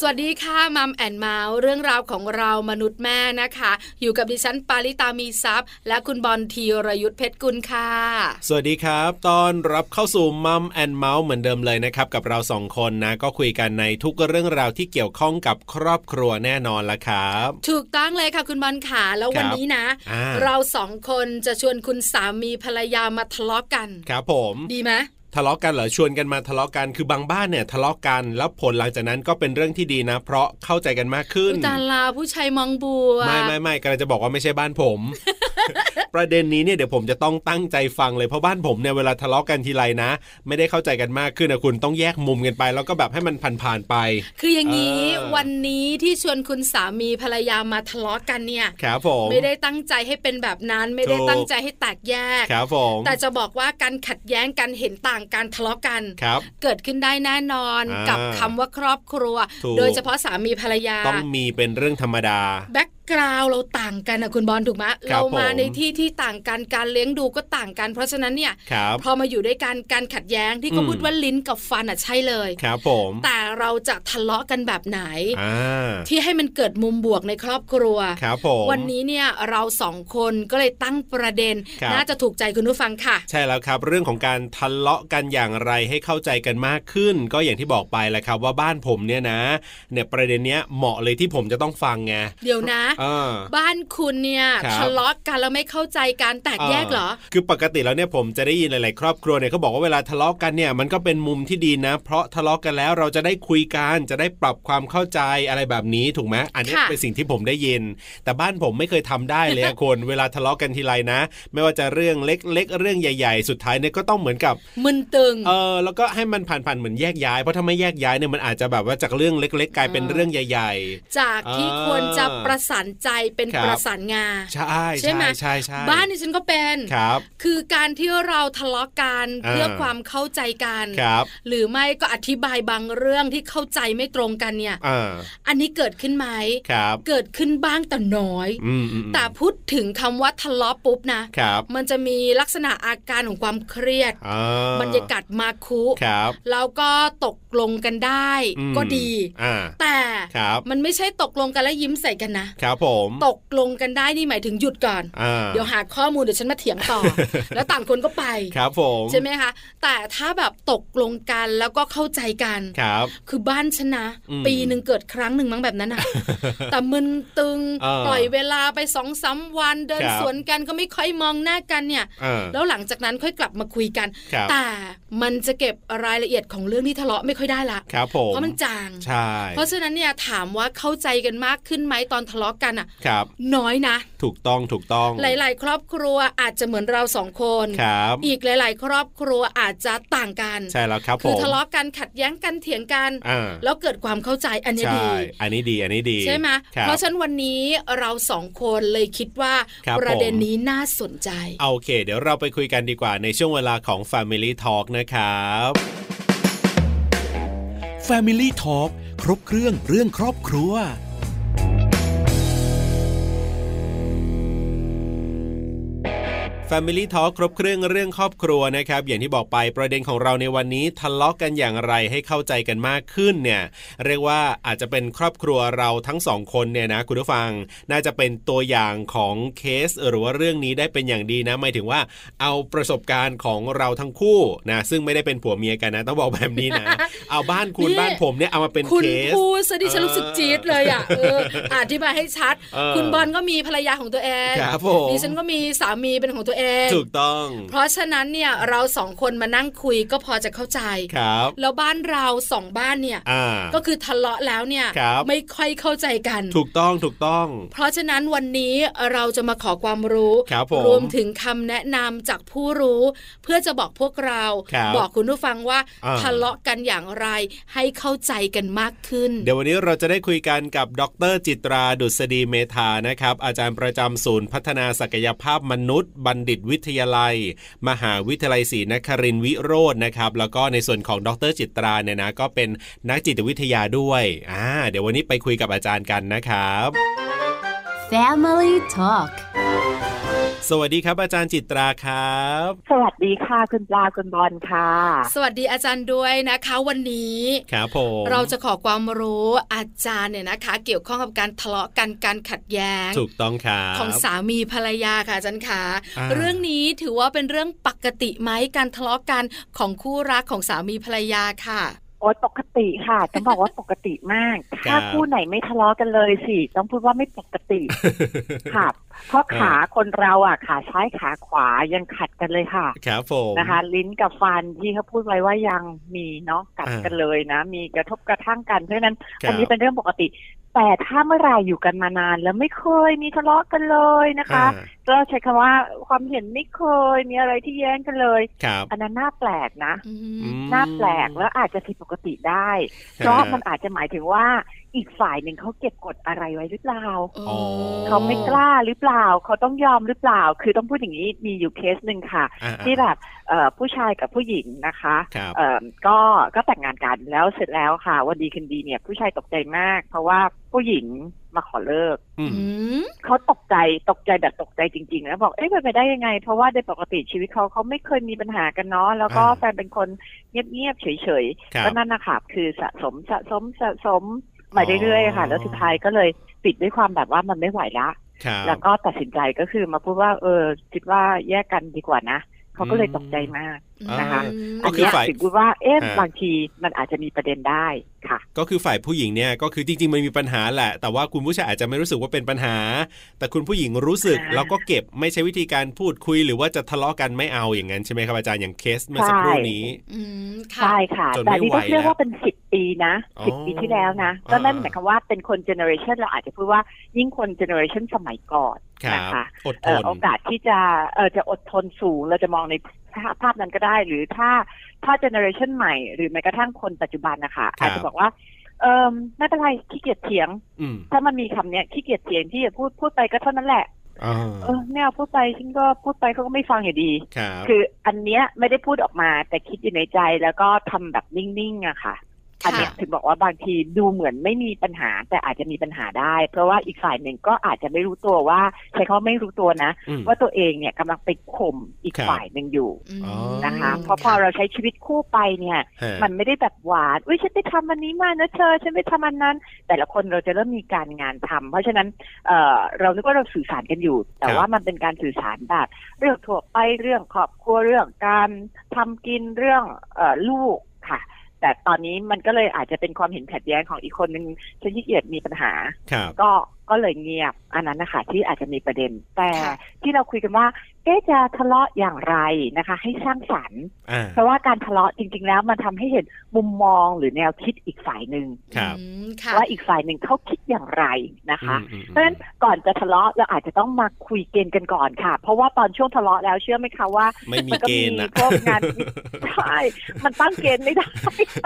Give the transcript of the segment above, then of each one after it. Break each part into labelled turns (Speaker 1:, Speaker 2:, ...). Speaker 1: สวัสดีค่ะมัมแอนเมาส์เรื่องราวของเรามนุษย์แม่นะคะ อยู่กับดิฉันปาริตามีซัพย์ และคุณบอลธีรยุทธเพชรกุลค่ะ
Speaker 2: สวัสดีครับต้อนรับเข้าสู่มัมแอนเมาส์เหมือนเดิมเลยนะครับ กับเราสองคนนะ ก็คุยกันในทุกเรื่องราวที่เกี่ยวข้องกับครอบครัวแน่นอนละครับ
Speaker 1: ถูกต้องเลยค่ะคุณบอลขาแล้ว
Speaker 2: ครับ
Speaker 1: วันนี้นะ
Speaker 2: อ่า
Speaker 1: เราสองคนจะชวนคุณสามีภรรยามาทะเลาะกัน
Speaker 2: ครับผม
Speaker 1: ดีไหม
Speaker 2: ทะเลาะกันเหรอชวนกันมาทะเลาะกันคือบางบ้านเนี่ยทะเลาะกันแล้วผลหลังจากนั้นก็เป็นเรื่องที่ดีนะ เพราะเข้าใจกันมากขึ้น
Speaker 1: อุยตาลาผู้ชายมองบัว
Speaker 2: ไม่ไม่ไม่กำลังจะบอกว่าไม่ใช่บ้านผม ประเด็นนี้เนี่ยเดี๋ยวผมจะต้องตั้งใจฟังเลยเพราะบ้านผมเนี่ยเวลาทะเลาะกันทีไรนะ ไม่ได้เข้าใจกันมากขึ้นนะคุณต้องแยกมุมกันไป แล้วก็แบบให้มันผ่านๆไป
Speaker 1: คืออย่างนี้
Speaker 2: เออ
Speaker 1: วันนี้ที่ชวนคุณสามีภรรยามาทะเลาะกันเนี่ย
Speaker 2: ครับผม
Speaker 1: ไม่ได้ตั้งใจให้เป็นแบบนั้นไม่ได้
Speaker 2: ถูก
Speaker 1: ตั้งใจให้แตกแยก
Speaker 2: ครับผม
Speaker 1: แต่จะบอกว่าการขัดแย้งกันเห็นต่างการทะเลาะกัน
Speaker 2: ครับ
Speaker 1: เกิดขึ้นได้แน่นอน
Speaker 2: อ่ากั
Speaker 1: กับคำว่าครอบครัว
Speaker 2: ถูก
Speaker 1: โดยเฉพาะสามีภรรยา
Speaker 2: ต้องมีเป็นเรื่องธรรมดา
Speaker 1: แบ็กกราวเราต่างกันนะคุณบอลถูกไหม
Speaker 2: ครั
Speaker 1: เรา
Speaker 2: บ
Speaker 1: มา
Speaker 2: ผม
Speaker 1: ในที่ที่ต่างกันการเลี้ยงดูก็ต่างกัน เพราะฉะนั้นเนี่ย
Speaker 2: ครับ
Speaker 1: พอมาอยู่ด้วยกันการขัดแย้งที่เขา
Speaker 2: อืม
Speaker 1: พูดว่าลิ้นกับฟันอ่ะใช่เลย
Speaker 2: ครับผม
Speaker 1: แต่เราจะทะเลาะกันแบบไหน
Speaker 2: อ่า
Speaker 1: ที่ให้มันเกิดมุมบวกในครอบครัว
Speaker 2: ครับผม
Speaker 1: วันนี้เนี่ยเราสองคนก็เลยตั้งประเด็น
Speaker 2: ครับ
Speaker 1: น่าจะถูกใจคุณผู้ฟังค่ะ
Speaker 2: ใช่แล้วครับ เรื่องของการทะเลาะกันอย่างไรให้เข้าใจกันมากขึ้น ก็อย่างที่บอกไปแหละครับว่าบ้านผมเนี่ยนะ เนี่ยประเด็นเนี้ยเหมาะเลยที่ผมจะต้องฟังไง
Speaker 1: เดี๋ยวนะ
Speaker 2: เออ
Speaker 1: บ้านคุณเนี่ย
Speaker 2: ครับ
Speaker 1: ทะเลาะกันแล้วไม่เข้าใจกันแตกแยกเหรอ
Speaker 2: คือปกติแล้วเนี่ยผมจะได้ยินหลาย ๆ ครอบครัวเนี่ยเขาบอกว่าเวลาทะเลาะกันเนี่ยมันก็เป็นมุมที่ดีนะ เพราะทะเลาะกันแล้วเราจะได้คุยกันจะได้ปรับความเข้าใจอะไรแบบนี้ถูกไหมอันนี้
Speaker 1: ค่ะ
Speaker 2: เป็นสิ่งที่ผมได้ยิน แต่บ้านผมไม่เคยทำได้เลยอะ คนเวลาทะเลาะกันทีไรนะ ไม่ว่าจะเรื่องเล็ก ๆ เรื่องใหญ่ ๆ สุดท้ายเนี่ยก็ต้องเหมือนกับ
Speaker 1: มึนตึง
Speaker 2: เออแล้วก็ให้มันผ่าน ๆ เหมือนแยกย้ายเพราะถ้าไม่แยกย้ายเนี่ยมันอาจจะแบบว่าจากเรื่องเล็ก ๆ กลายเป็นเรื่องใหญ่
Speaker 1: จากที่
Speaker 2: อ่า
Speaker 1: ควรจะประสานใจเป็น
Speaker 2: ครับ
Speaker 1: ประสานงา
Speaker 2: ๆ ใช่
Speaker 1: ใช่ไหม
Speaker 2: ใช่ใช่
Speaker 1: บ้านที่ฉันก็เป็น
Speaker 2: ครับ
Speaker 1: คือการที่เราทะเลาะกัน
Speaker 2: อ่า
Speaker 1: เพื่อความเข้าใจกัน
Speaker 2: ครับ
Speaker 1: หรือไม่ก็อธิบายบางเรื่องที่เข้าใจไม่ตรงกันเนี่ย
Speaker 2: อ่า
Speaker 1: อันนี้เกิดขึ้นไหม
Speaker 2: ครับ
Speaker 1: เกิดขึ้นบ้างแต่น้อย
Speaker 2: อืมอืมอืม
Speaker 1: แต่พูดถึงคำว่าทะเลาะปุ๊บนะ
Speaker 2: ครับ
Speaker 1: มันจะมีลักษณะอาการของความเครียด
Speaker 2: อ่า
Speaker 1: บรรยากาศมาคุ
Speaker 2: ครับ
Speaker 1: แล้วก็ตกลงกันได้
Speaker 2: อืม
Speaker 1: ก็ดี
Speaker 2: อ่า
Speaker 1: แต่
Speaker 2: ครับ
Speaker 1: มันไม่ใช่ตกลงกันแล้วยิ้มใส่กันนะ
Speaker 2: ครับผม
Speaker 1: ตกลงกันได้นี่หมายถึงหยุดก่อน
Speaker 2: อ่า
Speaker 1: เดี๋ยวหาข้อมูลเดี๋ยวฉันมาเถียง ต่อ แล้วต่างคนก็ไป
Speaker 2: ครับผม
Speaker 1: ใช่ไหมคะ แต่ถ้าแบบตกลงกันแล้วก็เข้าใจกัน
Speaker 2: ครับ
Speaker 1: คือบ้านชนะ
Speaker 2: อืม
Speaker 1: ปีหนึ่งเกิดครั้งหนึ่งมั้งแบบนั้น อะ แต่มึนตึง
Speaker 2: เออ
Speaker 1: ปล่อยเวลาไปสองสามวันเดิน
Speaker 2: ครับ
Speaker 1: สวนกันก็ไม่ค่อยมองหน้ากันเนี่ย
Speaker 2: อ่า
Speaker 1: แล้วหลังจากนั้นค่อยกลับมาคุยกัน
Speaker 2: ครับ
Speaker 1: แต่มันจะเก็บรายละเอียดของเรื่องที่ทะเลาะไม่ค่อยได้ละ
Speaker 2: ครับผม
Speaker 1: เพราะมันจาง
Speaker 2: ใช่
Speaker 1: เพราะฉะนั้นเนี่ยถามว่าเข้าใจกันมากขึ้นไหมตอนทะเลาะกันอ่ะ
Speaker 2: ครับ
Speaker 1: น้อยนะ
Speaker 2: ถูกต้องถูกต้อง
Speaker 1: หลาย ๆ ครอบครัวอาจจะเหมือนเราสองคน
Speaker 2: ครับ
Speaker 1: อีกหลาย ๆ ครอบครัวอาจจะต่างกัน
Speaker 2: ใช่แล้วครับผ
Speaker 1: คือ
Speaker 2: ม
Speaker 1: ทะเลาะกันขัดแย้งกันเถียงกัน
Speaker 2: อ่า
Speaker 1: แล้วเกิดความเข้าใจอันเนี้ย
Speaker 2: ใช่
Speaker 1: ดี
Speaker 2: อันนี้ดีอันนี้ดี
Speaker 1: ใช่ไหม
Speaker 2: ครับ
Speaker 1: เพราะฉะนั้นวันนี้เราสองคนเลยคิดว่า
Speaker 2: ครับ
Speaker 1: ประเด็น
Speaker 2: ผม
Speaker 1: นี้น่าสนใจ
Speaker 2: โอเค เดี๋ยวเราไปคุยกันดีกว่าในช่วงเวลาของ Family Talk นะครับ
Speaker 3: Family Talk ครบเครื่องเรื่องครอบครัว
Speaker 2: Family Talk ครบเครื่องเรื่องครอบครัวนะครับ อย่างที่บอกไปประเด็นของเราในวันนี้ทะเลาะกันอย่างไรให้เข้าใจกันมากขึ้นเนี่ย เรียกว่าอาจจะเป็นครอบครัวเราทั้งสองคนเนี่ยนะคุณผู้ฟัง น่าจะเป็นตัวอย่างของเคส หรือว่าเรื่องนี้ได้เป็นอย่างดีนะหมายถึงว่าเอาประสบการณ์ของเราทั้งคู่นะซึ่งไม่ได้เป็นผัวเมียกันนะ ต้องบอกแบบนี้นะ เอาบ้านคุณ
Speaker 1: นี่
Speaker 2: บ้านผมเนี่ยเอามาเป็น
Speaker 1: คุณ
Speaker 2: เคส
Speaker 1: พูดซะดิฉัน
Speaker 2: เออ
Speaker 1: รู้สึกจี๊ดเลยอ่ะเอออธิบายให้ชัด
Speaker 2: เออ
Speaker 1: คุณบอลก็มีภรรยาของตัวเอง
Speaker 2: ครับผม
Speaker 1: ดิฉันก็มีสามีเป็นของตัวเอง
Speaker 2: ถูกต้อง
Speaker 1: เพราะฉะนั้นเนี่ยเราสองคนมานั่งคุยก็พอจะเข้าใจ
Speaker 2: ครับ
Speaker 1: แล้วบ้านเราสองบ้านเนี่ย
Speaker 2: อ่า
Speaker 1: ก็คือทะเลาะแล้วเนี่ย
Speaker 2: ครับ
Speaker 1: ไม่ค่อยเข้าใจกัน
Speaker 2: ถูกต้องถูกต้อง
Speaker 1: เพราะฉะนั้นวันนี้เราจะมาขอความรู้
Speaker 2: ครับผม
Speaker 1: วมถึงคำแนะนำจากผู้รู้ เพื่อจะบอกพวกเรา
Speaker 2: ครับ
Speaker 1: อกคุณผู้ฟังว่า
Speaker 2: อ่า
Speaker 1: ทะเลาะกันอย่างไรให้เข้าใจกันมากขึ้น
Speaker 2: เดี๋ยววันนี้เราจะได้คุยกันกับดรจิตราดุษฎีเมธานะครับ อาจารย์ประจำศูนย์พัฒนาศักยภาพมนุษย์ บัณฑิตวิทยาลัย มหาวิทยาลัยศรีนครินทร์วิโรจน์นะครับ แล้วก็ในส่วนของดรจิตราเนี่ยนะก็เป็นนักจิตวิทยาด้วยอ่าเดี๋ยววันนี้ไปคุยกับอาจารย์กันนะครับ
Speaker 4: Family Talk
Speaker 2: สวัสดีครับอาจารย์จิตราครับ
Speaker 5: สวัสดีค่ะคุณปลาคุณบอลค่ะ
Speaker 1: สวัสดีอาจารย์ด้วยนะคะ วันนี้
Speaker 2: ครับผม
Speaker 1: เราจะขอความรู้อาจารย์เนี่ยนะคะ เกี่ยวข้องกับการทะเลาะกันการขัดแย้ง
Speaker 2: ถูกต้องครับ
Speaker 1: ของสามีภรรยาค่ะอาจันขา
Speaker 2: อ่า
Speaker 1: เรื่องนี้ถือว่าเป็นเรื่องปกติไหมการทะเลาะกันของคู่รักของสามีภรรยาค่ะ
Speaker 5: โอ๊ยปกติค่ะ ต้องบอกว่าปกติมาก ถ้าคู่ไหนไม่ทะเลาะกันเลยสิ ต้องพูดว่าไม่ปกติ ค่ะเพราะขาคนเราอ่ะขาซ้ายขาขวายังขัดกันเลยค่ะ
Speaker 2: ครับผม
Speaker 5: นะคะ ลิ้นกับฟันที่เขาพูดไว้ว่ายังมีเนาะกัดกันเลยนะ มีกระทบกระทั่งกันเพราะฉะนั้น
Speaker 2: ครับ
Speaker 5: อันนี้เป็นเรื่องปกติ แต่ถ้าเมื่อไหรอยู่กันมานาน แล้วไม่เคยมีทะเลาะกันเลยนะคะ
Speaker 2: อ่า
Speaker 5: ก็ใช้คำว่าความเห็นไม่เคยมีอะไรที่แย้งกันเลย
Speaker 2: ครับ
Speaker 5: อันนั้นน่าแปลกนะ
Speaker 1: อืม
Speaker 2: อืม
Speaker 5: น่าแปลกแล้วอาจจะผิดปกติได้
Speaker 2: ฮ
Speaker 5: เพราะมันอาจจะหมายถึงว่าอีกฝ่ายหนึ่งเขาเก็บกดอะไรไว้หรือเปล่า
Speaker 1: โอ้
Speaker 5: เขาไม่กล้าหรือเปล่าเขาต้องยอมหรือเปล่า คือต้องพูดอย่างนี้มีอยู่เคสหนึ่งค่ะ
Speaker 2: อ่า
Speaker 5: ที่แบบเอ่อผู้ชายกับผู้หญิงนะคะ
Speaker 2: ครับ
Speaker 5: เอ่อก็ก็แต่งงานกันแล้วเสร็จแล้วค่ะวันดีคืนดีเนี่ยผู้ชายตกใจมาก เพราะว่าผู้หญิงมาขอเลิก
Speaker 2: อืม
Speaker 1: อืม
Speaker 5: เขาตกใจตกใจแบบตกใจจริงๆ แล้วบอกเอ๊ะเป็นไปได้ยังไง เพราะว่าโดยปกติชีวิตเขาเขาไม่เคยมีปัญหากันเนาะแล้วก็แฟนเป็นคนเงียบๆเฉย
Speaker 2: ค
Speaker 5: ๆ
Speaker 2: รับ
Speaker 5: ก็นั่นนะคะคือสะสมสะสมสะสมมาเรื่อยๆค่ะ แล้วสุดท้ายก็เลยปิดด้วยความแบบว่ามันไม่ไหวละ
Speaker 2: ครับ
Speaker 5: แล้วก็ตัดสินใจก็คือมาพูดว่าเออคิดว่าแยกกันดีกว่านะเขาก็เลยตกใจมาก นะคะ
Speaker 2: ก็
Speaker 5: น
Speaker 2: คือ
Speaker 5: เนี้ย
Speaker 2: ฝ่าย
Speaker 5: ถึงพูดว่าเอ๊ะ
Speaker 2: อ่า
Speaker 5: บางทีมันอาจจะมีประเด็นได้ค่ะ
Speaker 2: ก็คือฝ่ายผู้หญิงเนี่ยก็คือจริงๆมันมีปัญหาแหละ แต่ว่าคุณผู้ชายอาจจะไม่รู้สึกว่าเป็นปัญหา แต่คุณผู้หญิงรู้สึก
Speaker 5: ค่ะ
Speaker 2: แล้วก็เก็บไม่ใช่วิธีการพูดคุย หรือว่าจะทะเลาะกันไม่เอาอย่างนั้นใช่ไหมครับอาจารย์อย่างเคสเมื่อสักครู่
Speaker 5: ใช่
Speaker 2: นี้
Speaker 1: อืมค่ะ
Speaker 5: ใช่ค่ะ
Speaker 2: จน
Speaker 5: แต่
Speaker 2: ไม่
Speaker 5: นี่
Speaker 2: ไหว
Speaker 5: ต้องเรียกว่าเป็นสิบปีนะ
Speaker 2: อ๋อ
Speaker 5: สิบปีที่แล้วนะ ก็นั่น
Speaker 2: อ่า
Speaker 5: หมายความว่าเป็นคนเจเนอเรชันเราอาจจะพูดว่ายิ่งคนเจเนอเรชันสมัยก่อน
Speaker 2: ครับ
Speaker 5: นะคะ
Speaker 2: อดท
Speaker 5: เอ่อน โอกาสที่จะเออจะอดทนสูงเราจะมองในภาพนั้นก็ได้ หรือถ้าถ้าเจเนอเรชันใหม่หรือแม้กระทั่งคนปัจจุบันนะคะ
Speaker 2: ครับ
Speaker 5: อาจจะบอกว่าเออไม่เป็นไรขี้เกียจเถียง
Speaker 2: อืม
Speaker 5: ถ้ามันมีคำเนี้ยขี้เกียจเถียงที่จะพูดพูดไปก็เท่านั้นแหละ
Speaker 2: อ่า
Speaker 5: เออไม่เอาพูดไปฉันก็พูดไปเขาก็ไม่ฟังอยู่ดี
Speaker 2: ครับ
Speaker 5: คืออันเนี้ยไม่ได้พูดออกมาแต่คิดอยู่ในใจแล้วก็ทำแบบนิ่งๆอะค่ะ อันเนี้ยถึงบอกว่าบางทีดูเหมือนไม่มีปัญหาแต่อาจจะมีปัญหาได้ เพราะว่าอีกฝ่ายหนึ่งก็อาจจะไม่รู้ตัวว่าใช้เขาไม่รู้ตัวนะ
Speaker 2: อืม
Speaker 5: ว่าตัวเองเนี่ยกำลังไปข่มอีก
Speaker 2: ครับ
Speaker 5: ฝ่ายหนึ่งอยู่
Speaker 1: อืม
Speaker 2: อ๋อ
Speaker 5: นะคะ
Speaker 2: อืม
Speaker 5: เพราะพอเราใช้ชีวิตคู่ไปเนี่ย
Speaker 2: ฮะ
Speaker 5: มันไม่ได้แบบหวานอุ้ยฉันไปทำอันนี้มานะเธอฉันไปทำอันนั้น แต่ละคนเราจะเริ่มมีการงานทำเพราะฉะนั้นเอ่อเรานึกว่าเราสื่อสารกันอยู่ แต่ว่ามันเป็นการสื่อสารแบบเรื่องทั่วไปเรื่องครอบครัวเรื่องการทำกินเรื่องเอ่อลูกค่ะ แต่ตอนนี้มันก็เลยอาจจะเป็นความเห็นขัดแย้งของอีกคนนึงฉันขี้เกียจมีปัญหา
Speaker 2: ครับ
Speaker 5: ก็ก็เลยเงียบอันนั้นนะคะที่อาจจะมีประเด็น แต่ที่เราคุยกันว่าเอ๊ะจะทะเลาะอย่างไรนะคะ ให้สร้างสรรค์
Speaker 2: อ่า
Speaker 5: เพราะว่าการทะเลาะจริง ๆ แล้วมันทำให้เห็นมุมมองหรือแนวคิดอีกฝ่ายหนึ่ง
Speaker 2: ครับ
Speaker 1: อืมค่ะ
Speaker 5: ว่าอีกฝ่ายหนึ่งเขาคิดอย่างไรนะคะ
Speaker 2: อืมอืมอืม
Speaker 5: เพราะฉะนั้นก่อนจะทะเลาะเราอาจจะต้องมาคุยเกณฑ์กันก่อนค่ะ เพราะว่าตอนช่วงทะเลาะแล้วเชื่อไหมคะว่า
Speaker 2: ไม่มี
Speaker 5: มันก็
Speaker 2: เก
Speaker 5: มี
Speaker 2: ณฑ์นะ
Speaker 5: พวกงาน ใช่มันตั้งเกณฑ์ไม่ได้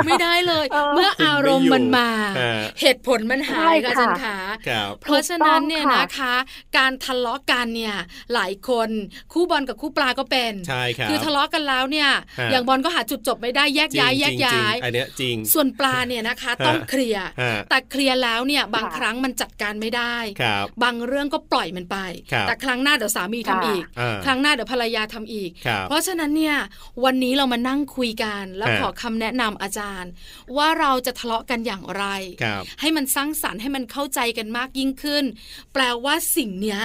Speaker 1: ไม่ได้เลย
Speaker 5: เออ
Speaker 1: เมื่ออารมณ์มันมา
Speaker 2: ฮะ
Speaker 1: เหตุผลมันหา
Speaker 5: ใช่
Speaker 1: ยค่ะอา
Speaker 5: ค่ะ
Speaker 1: จันขา
Speaker 2: ครับ
Speaker 1: เพราะฉะนั้นเนี่ย
Speaker 5: ถูกต้องค่ะ
Speaker 1: นะคะ การทะเลาะกันเนี่ยหลายคนคู่บอลกับคู่ปลาก็เป็น
Speaker 2: ใช่ครับ
Speaker 1: คือทะเลาะกันแล้วเนี่ย
Speaker 2: ฮะ
Speaker 1: อย่างบอลก็หาจุดจบไม่ได้แยกย้าย
Speaker 2: จริง
Speaker 1: แยก
Speaker 2: จริง
Speaker 1: ย้าย
Speaker 2: จริงอันเนี้ยจริง
Speaker 1: ส่วนปลาเนี่ยนะคะ
Speaker 2: ฮะ
Speaker 1: ต้องเคลียร์
Speaker 2: ฮะ
Speaker 1: แต่เคลียร์แล้วเนี่ยบาง
Speaker 5: ค่ะ
Speaker 1: ครั้งมันจัดการไม่ได้
Speaker 2: ครับ
Speaker 1: บางเรื่องก็ปล่อยมันไป
Speaker 2: ครับ
Speaker 1: แต่ครั้งหน้าเดี๋ยวสามีทำอีก
Speaker 2: อ่า
Speaker 1: ครั้งหน้าเดี๋ยวภรรยาทำอีก
Speaker 2: ครับ
Speaker 1: เพราะฉะนั้นเนี่ยวันนี้เรามานั่งคุยกันแล้ว
Speaker 2: ฮะ
Speaker 1: ขอคำแนะนำอาจารย์ ว่าเราจะทะเลาะกันอย่างไร
Speaker 2: ครับ
Speaker 1: ให้มันสร้างสรรค์ให้มันเข้าใจกันมากยิ่งขึ้น แปลว่าสิ่งเนี้ย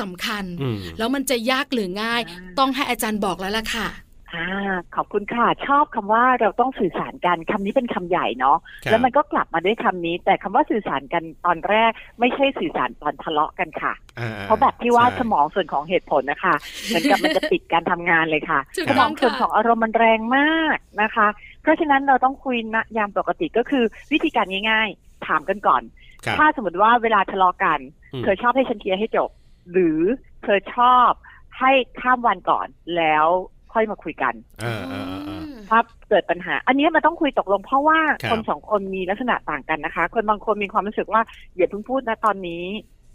Speaker 1: สำคัญ
Speaker 2: อืม
Speaker 1: แล้วมันจะยากหรือง่าย
Speaker 5: อ่า
Speaker 1: ต้องให้อาจารย์บอกแล้วล่ะค่ะ
Speaker 5: อ่าขอบคุณค่ะ ชอบคำว่าเราต้องสื่อสารกันคำนี้เป็นคำใหญ่เนาะ
Speaker 2: ครับ
Speaker 5: แล้วมันก็กลับมาด้วยคำนี้ แต่คำว่าสื่อสารกันตอนแรก ไม่ใช่สื่อสารตอนทะเลาะกันค่ะ
Speaker 2: อ่
Speaker 5: เพราะแบบที่ว่า
Speaker 2: ใช่
Speaker 5: สมองส่วนของเหตุผลนะคะ เหมือนกับมันจะปิดการทำงานเลยค่ะ
Speaker 1: ถูก
Speaker 5: สม
Speaker 1: ต้
Speaker 5: อ
Speaker 1: อง
Speaker 5: งส่
Speaker 1: ค่ะ
Speaker 5: วนของอารมณ์มันแรงมากนะคะ เพราะฉะนั้นเราต้องคุยณยามปกติก็คือวิธีการง่ายๆ ถามกันก่อน
Speaker 2: ครับ
Speaker 5: ถ้าสมมติว่าเวลาทะเลาะกัน
Speaker 2: อืม
Speaker 5: เธอชอบให้ฉันเคลียร์ให้จบ หรือเธอชอบให้ข้ามวันก่อนแล้วค่อยมาคุยกัน
Speaker 2: อ่าอ่าอ่าอ่า
Speaker 5: ถ้าเกิดปัญหา อันนี้มันต้องคุยตกลงเพราะว่า
Speaker 2: ครับ
Speaker 5: คนสองคนมีลักษณะต่างกันนะคะ คนบางคนมีความรู้สึกว่าอย่าเพิ่งพูดนะตอนนี้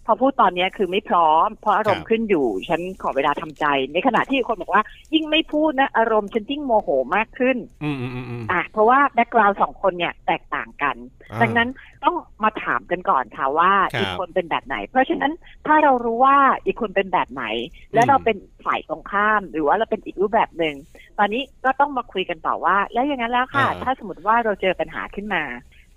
Speaker 5: พอพูดตอนเนี้ยคือไม่พร้อม เพราะอารม
Speaker 2: ครับ
Speaker 5: ณ์ขึ้นอยู่ ฉันขอเวลาทำใจ ในขณะที่คนบอกว่า ยิ่งไม่พูดนะ อารมณ์ฉันยิ่งโมโหมากขึ้น
Speaker 2: อืมอืมอืมอืม
Speaker 5: อ่ะเพราะว่าแบ็กกราวสองคนเนี่ยแตกต่างกัน
Speaker 2: อ่า
Speaker 5: ดังนั้นต้องมาถามกันก่อนค่ะว่า
Speaker 2: ครับ
Speaker 5: อีกคนเป็นแบบไหน เพราะฉะนั้นถ้าเรารู้ว่าอีกคนเป็นแบบไหน และ
Speaker 2: อืม
Speaker 5: เราเป็นฝ่ายตรงข้าม หรือว่าเราเป็นอีกรูปแบบหนึ่งตอนนี้ก็ต้องมาคุยกันต่อว่า แล้วอย่างนั้นแล้วค่ะ ถ้าสมมติว่าเราเจอปัญหาขึ้นมา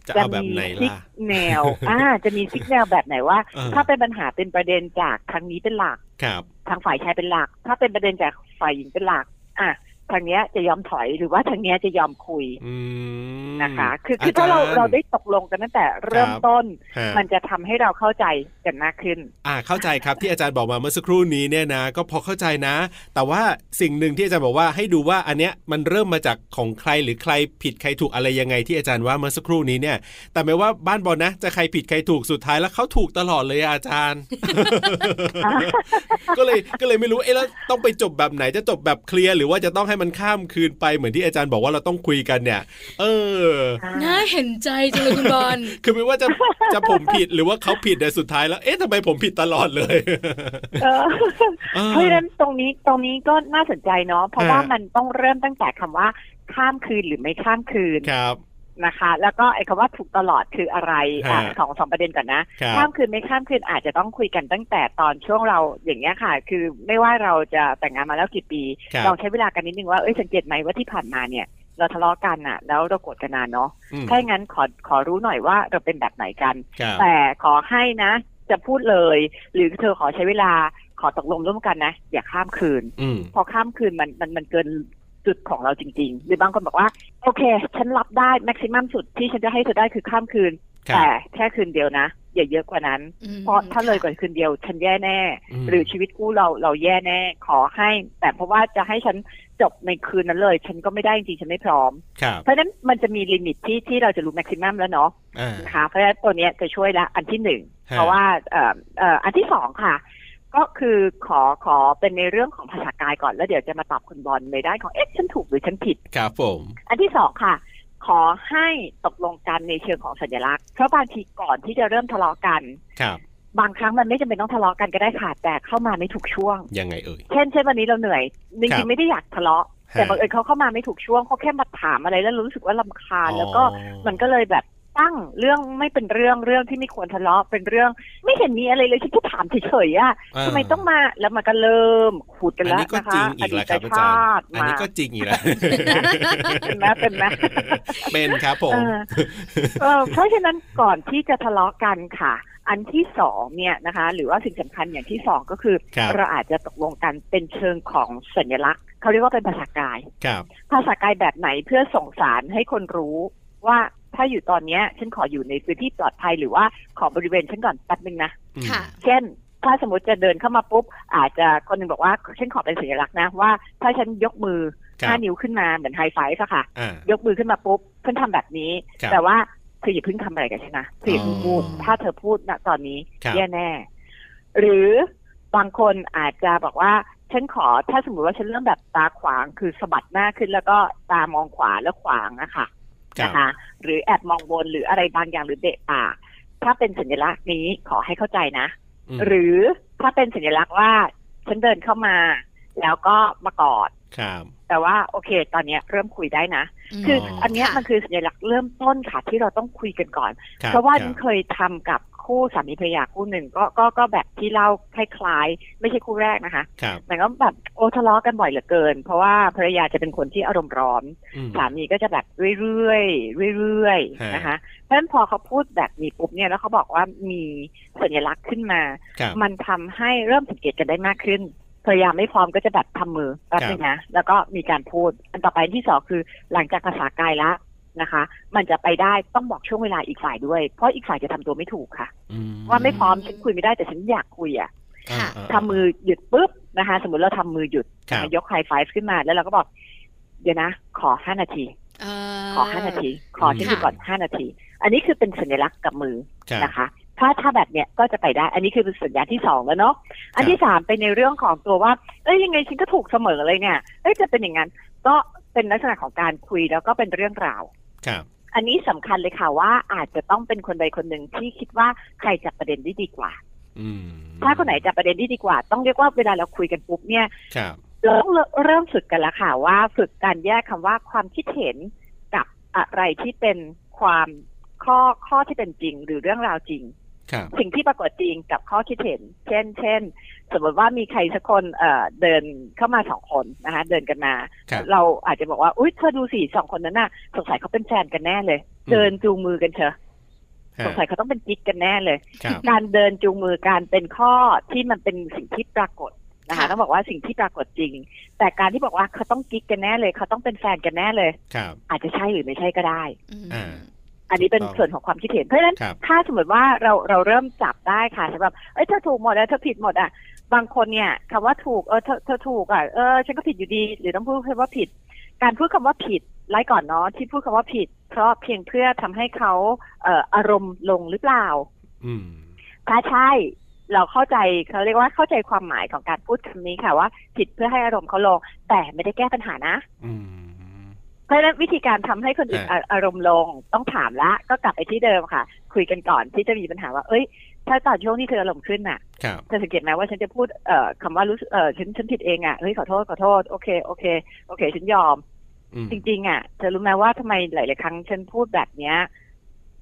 Speaker 2: จะเอาแบบไหน
Speaker 5: ซิ
Speaker 2: ล่ะ
Speaker 5: กแนว อ่า จะมีซิกแนวแบบไหนว่า
Speaker 2: เออ
Speaker 5: ถ้าเป็นปัญหาเป็นประเด็นจากทางนี้เป็นหลัก
Speaker 2: ครับ
Speaker 5: ทางฝ่ายชายเป็นหลัก ถ้าเป็นประเด็นจากฝ่ายหญิงเป็นหลัก อ่ะทางเนี้ยจะยอมถอยหรือว่าทางเนี้ยจะยอมคุย
Speaker 2: อืม
Speaker 5: นะคะ คือคือถ้าเรา
Speaker 2: จย์
Speaker 5: เราได้ตกลงกันตั้งแต่เริ่ม
Speaker 2: ครับ
Speaker 5: ต้น
Speaker 2: ฮะ
Speaker 5: มันจะทำให้เราเข้าใจกันมากขึ้น
Speaker 2: อ่าเข้าใจครับที่อาจารย์บอกมาเมื่อสักครู่นี้เนี่ยนะ ก็พอเข้าใจนะ แต่ว่าสิ่งหนึ่งที่อาจารย์บอกว่าให้ดูว่าอันเนี้ยมันเริ่มมาจากของใครหรือใครผิดใครถูกอะไรยังไงที่อาจารย์ว่าเมื่อสักครู่นี้เนี่ย แต่ไม่ว่าบ้านบอลนะ จะใครผิดใครถูกสุดท้ายแล้วเขาถูกตลอดเลยอะอาจารย์ ก็เลยก็เลยไม่รู้เอ๊ะแล้วต้องไปจบแบบไหนจะจบแบบเคลียร์หรือว่าจะต้องให้มันข้ามคืนไปเหมือนที่อาจารย์บอกว่าเราต้องคุยกันเนี่ย เออ
Speaker 1: น่าเห็นใจจังเลยคุณบอล
Speaker 2: คือไม่ว่าจะจะผมผิดหรือว่าเขาผิดแต่ยสุดท้ายแล้วเอ๊ะทำไมผมผิดตลอดเลย
Speaker 5: เออ
Speaker 2: เออ
Speaker 5: เพราะฉะนั้นตรงนี้ตรงนี้ก็น่าสนใจเนาะ เพราะว่า
Speaker 2: ฮะ
Speaker 5: มันต้องเริ่มตั้งแต่คำว่าข้ามคืนหรือไม่ข้ามคืน
Speaker 2: ครับ
Speaker 5: นะคะแล้วก็ไอ้คำว่าถูกตลอดคืออะไรอ่ะ
Speaker 2: ฮะ
Speaker 5: สองสองประเด็นก่อนนะครับ ข้ามคืนไม่ข้ามคืนอาจจะต้องคุยกันตั้งแต่ตอนช่วงเราอย่างเงี้ยค่ะ คือไม่ว่าเราจะแต่งงานมาแล้วกี่ปี
Speaker 2: ครับ
Speaker 5: ลองใช้เวลากันนิดนึงว่าเอ้ยสังเกตไหมว่าที่ผ่านมาเนี่ย เราทะเลาะกันอ่ะ แล้วเราโกรธกันนานเนาะ
Speaker 2: อืม
Speaker 5: ถ้าอย่างนั้นขอขอรู้หน่อยว่าเราเป็นแบบไหนกัน
Speaker 2: ครับ
Speaker 5: แต่ขอให้นะ จะพูดเลย หรือเธอขอใช้เวลาขอตกลงร่วมกันนะ อย่าข้ามคืน
Speaker 2: อืม
Speaker 5: พอข้ามคืนมันมันมันเกินจุดของเราจริงๆ หรือบางคนบอกว่า โอเค ฉันรับได้แม็กซิมัมสุดที่ฉันจะให้เธอได้คือข้ามคืน
Speaker 2: ครับ
Speaker 5: แต่แค่คืนเดียวนะ อย่าเยอะกว่านั้น
Speaker 1: อืม
Speaker 5: เพราะถ้าเลยกว่าคืนเดียว ฉันแย่แน่
Speaker 2: อืม
Speaker 5: หรือชีวิตกู้เราเราแย่แน่ ขอให้ แต่เพราะว่าจะให้ฉันจบในคืนนั้นเลย ฉันก็ไม่ได้จริงๆฉันไม่พร้อม
Speaker 2: ครับ
Speaker 5: เพราะฉะนั้นมันจะมีลิมิตที่ที่เราจะรู้แม็กซิมัมแล้วเนาะ
Speaker 2: อ่า
Speaker 5: นะคะเพราะฉะนั้นตัวเนี้ยจะช่วยละอันที่หนึ่ง
Speaker 2: ฮะ
Speaker 5: เพราะว่าเอ่อเอ่ออันที่สองค่ะ ก็คือขอขอเป็นในเรื่องของภาษากายก่อนแล้วเดี๋ยวจะมาตอบคุณบอลในด้านของเอ๊ะฉันถูกหรือฉันผิด
Speaker 2: ครับผม
Speaker 5: อันที่สองค่ะ ขอให้ตกลงกันในเชิงของสัญลักษณ์เพราะบางทีก่อนที่จะเริ่มทะเลาะกัน
Speaker 2: ครับ
Speaker 5: บางครั้งมันไม่จำเป็นต้องทะเลาะกันก็ได้ค่ะแต่เข้ามาไม่ถูกช่วง
Speaker 2: ยังไงเอ่ย
Speaker 5: เช่นเช่นวันนี้เราเหนื่อยจ
Speaker 2: ครั
Speaker 5: ริ
Speaker 2: บ
Speaker 5: งๆไม่ได้อยากทะเลาะ
Speaker 2: ฮะ
Speaker 5: แต่บังเอิญเขาเข้ามาไม่ถูกช่วงเขาแค่มาถามอะไรแล้วรู้สึกว่าลำคาญแล้วก็
Speaker 2: อ๋อ
Speaker 5: มันก็เลยแบบตั้งเรื่องไม่เป็นเรื่องเรื่องที่ไม่ควรทะเลาะเป็นเรื่อง ไม่เห็นมีอะไรเลยฉันแค่ถามเฉยๆอะ
Speaker 2: า
Speaker 5: ทำไมต้องมาแล้วมันก็เริ่มขูดกัน
Speaker 2: อัน
Speaker 5: แล้ว
Speaker 2: นี้ก็
Speaker 5: นะคะ
Speaker 2: จริงอีกแล้วครับอาจารย์ อันนี้ก็จริงอีกแล้ว
Speaker 5: อดีตชาติมาเป็นไหมเป็น
Speaker 2: เป็
Speaker 5: ไหม
Speaker 2: นครับผม
Speaker 5: เออเออเพราะฉะนั้นก่อนที่จะทะเลาะกันค่ะ อันที่สองเนี่ยนะคะ หรือว่าสิ่งสำคัญอย่างที่สองก็คือ
Speaker 2: ครับ
Speaker 5: เราอาจจะตกลงกันเป็นเชิงของสัญลักษณ์เขาเรียกว่าเป็นภาษากาย
Speaker 2: ครับ
Speaker 5: ภาษากายแบบไหนเพื่อส่งสารให้คนรู้ว่าถ้าอยู่ตอนเนี้ยฉันขออยู่ในพื้นที่ปลอดภัยหรือว่าขอบริเวณฉันก่อนแป๊บนึงนะ
Speaker 2: อืม
Speaker 1: ค่ะ
Speaker 5: เช่น ถ้าสมมติจะเดินเข้ามาปุ๊บ อาจจะคนหนึ่งบอกว่าฉันขอเป็นสัญลักษณ์นะว่าถ้าฉันยกมือ
Speaker 2: ครั
Speaker 5: ห้า
Speaker 2: บ
Speaker 5: นิ้วขึ้นมาเหมือนไฮไฟฟ์อะค่ะ
Speaker 2: อ่า
Speaker 5: ยกมือขึ้นมาปุ๊บฉันทำแบบนี้
Speaker 2: ครับ
Speaker 5: แต่ว่าเธออย่าเพิ่งทำอะไรกับฉันนะเธออย่าเพิ่งพูด
Speaker 2: อ๋อ
Speaker 5: ถ้าเธอพูดณตอนนี้
Speaker 2: ครับ
Speaker 5: แย่แน่ หรือบางคนอาจจะบอกว่าฉันขอถ้าสมมติว่าฉันเริ่มแบบตาขวางคือสะบัดหน้าขึ้นแล้วก็ตามองขวาแล้วขวางอะค่ะ
Speaker 2: ครับ
Speaker 5: นะคะ หรือแอบมองบนหรืออะไรบางอย่างหรือเบะปากถ้าเป็นสัญลักษณ์นี้ขอให้เข้าใจนะ
Speaker 2: อืม
Speaker 5: หรือถ้าเป็นสัญลักษณ์ว่าฉันเดินเข้ามา แล้วก็มากอด
Speaker 2: ครับ
Speaker 5: แต่ว่าโอเค ตอนเนี้ยเริ่มคุยได้นะ
Speaker 2: อ๋อ
Speaker 5: คืออันเนี้ยมันคือสัญลักษณ์เริ่มต้นค่ะที่เราต้องคุยกันก่อน
Speaker 2: คบ
Speaker 5: เพราะว่า
Speaker 2: ค
Speaker 5: ฉั
Speaker 2: บ
Speaker 5: นเคยทำกับคู่สามีภรรยาคู่หนึ่งก็ก็ก็แบบที่เล่าคล้ายๆไม่ใช่คู่แรกนะคะ
Speaker 2: ครับ
Speaker 5: มันก็แบบโอ้ทะเลาะกันบ่อยเหลือเกิน เพราะว่าภรรยาจะเป็นคนที่อารมณ์ร้อน
Speaker 2: อืม
Speaker 5: สามีก็จะแบบเรื่อยๆเรื่อย
Speaker 2: ฮะ
Speaker 5: ๆนะคะเพราะฉะนั้นพอเขาพูดแบบนี้ปุ๊บเนี่ยแล้วเขาบอกว่ามีสัญลักษณ์ขึ้นมา
Speaker 2: ครับ
Speaker 5: มันทำให้เริ่มสังเกตกันได้มากขึ้นภรรยาไม่พร้อมก็จะแบบทำมือแป๊บนึงนะ แล้วก็มีการพูด อันต่อไปที่สองคือหลังจากภาษากายละนะคะ มันจะไปได้ต้องบอกช่วงเวลาอีกฝ่ายด้วย เพราะอีกฝ่ายจะทำตัวไม่ถูกค่ะ
Speaker 2: อื
Speaker 5: ว่าไม่พร้อมฉันคุยไม่ได้แต่ฉันอยากคุยอะ่ะ
Speaker 2: อ่าา
Speaker 5: ทำมือหยุดปุ๊บนะคะ สมมติเราทำมือหยุด
Speaker 2: ครับ
Speaker 5: ยกไฮไฟฟ์ขึ้นมา แล้วเราก็บอก เดี๋ยวนะ ขอห้านาที
Speaker 1: เ
Speaker 5: ขอห้านาที ขอฉันดูก่อนห้านาที อันนี้คือเป็นสัญลักษณ์กับมือ
Speaker 2: ครับ
Speaker 5: นะคะถ้าถ้าแบบเนี้ยก็จะไปได้ อันนี้คือเป็นสัญญาณที่สองแล้วเนาะอันที่สามเป็นในเรื่องของตัวว่าเอ้ยยังไงฉันก็ถูกเสมอเลยเนี่ยเอ้ยจะเป็นอย่างนั้นก็เป็นลักษณะของการคุยแล้วก็เป็นเรื่องราว
Speaker 2: ครับ
Speaker 5: อันนี้สำคัญเลยค่ะว่าอาจจะต้องเป็นคนใดคนหนึ่งที่คิดว่าใครจับประเด็นได้ดีกว่า
Speaker 2: อืม
Speaker 5: ถ้าคนไหนจะประเด็นที่ดีกว่า ต้องเรียกว่าเวลาเราคุยกันปุ๊บเนี่ย
Speaker 2: ครับ
Speaker 5: เราต้องเริ่มฝึกกันแล้วค่ะว่าฝึกการแยกคำว่าความคิดเห็นกับอะไรที่เป็นความข้อข้อที่เป็นจริง หรือเรื่องราวจริง
Speaker 2: ครับ
Speaker 5: สิ่งที่ปรากฏจริงกับข้อคิดเห็น เช่น เช่น สมมติว่ามีใครสักคนเอ่อเดินเข้ามาสองคนนะคะเดินกันมา
Speaker 2: ครับ
Speaker 5: เราอาจจะบอกว่าอุ้ยเธอดูสิสองคนนั้นน่ะ สงสัยเขาเป็นแฟนกันแน่เลย
Speaker 2: อืม
Speaker 5: เดินจูงมือกันเชอะ
Speaker 2: ฮะ
Speaker 5: สงสัยเขาต้องเป็นกิ๊กกันแน่เลย
Speaker 2: ครับ
Speaker 5: การเดินจูงมือการเป็นข้อที่มันเป็นสิ่งที่ปรากฏนะคะ
Speaker 1: ค่ะ
Speaker 5: ต้องบอกว่าสิ่งที่ปรากฏจริง แต่การที่บอกว่าเขาต้องกิ๊กกันแน่เลย เขาต้องเป็นแฟนกันแน่เลย
Speaker 2: ครับ
Speaker 5: อาจจะใช่หรือไม่ใช่ก็ได้
Speaker 1: อืม
Speaker 2: อ่า
Speaker 5: อันนี้เป็น
Speaker 2: ถูกต้อง
Speaker 5: ส่วนของความคิดเห็นเพราะฉะนั้น
Speaker 2: ครับ
Speaker 5: ถ้าสมมติว่าเราเราเริ่มจับได้ค่ะสำหรับเอ้ยเธอถูกหมดแล้วเธอผิดหมดอ่ะบางคนเนี่ยคำว่าถูกเออเธอเธอถูกอ่ะเออฉันก็ผิดอยู่ดี หรือต้องพูดคำว่าผิด การพูดคำว่าผิดไล่ก่อนเนาะที่พูดคำว่าผิด เพราะเพียงเพื่อทำให้เขาเอ่ออารมณ์ลงหรือเปล่า
Speaker 2: อืม
Speaker 5: ถ้าใช่เราเข้าใจเขาเรียกว่าเข้าใจความหมายของการพูดคำนี้ค่ะว่าผิดเพื่อให้อารมณ์เขาลง แต่ไม่ได้แก้ปัญหานะ
Speaker 2: อืม
Speaker 5: เพราะฉะนั้นวิธีการทำให้คนอื่น
Speaker 2: อ่า
Speaker 5: อารมณ์ลงต้องถามละก็กลับไปที่เดิมค่ะ คุยกันก่อนที่จะมีปัญหาว่า เอ้ย ถ้าตอนช่วงที่เธออารมณ์ขึ้นน่ะ
Speaker 2: ครับ
Speaker 5: เธอสังเกตไหมว่าฉันจะพูดเอ่อคำว่ารู้สึกเอ่อฉันฉันผิดเองอ่ะเฮ้ยขอโทษขอโทษโอเคโอเคโอเค ฉันยอม
Speaker 2: อืม
Speaker 5: จริงๆอ่ะเธอรู้ไหมว่าทำไมหลายๆครั้งฉันพูดแบบเนี้ย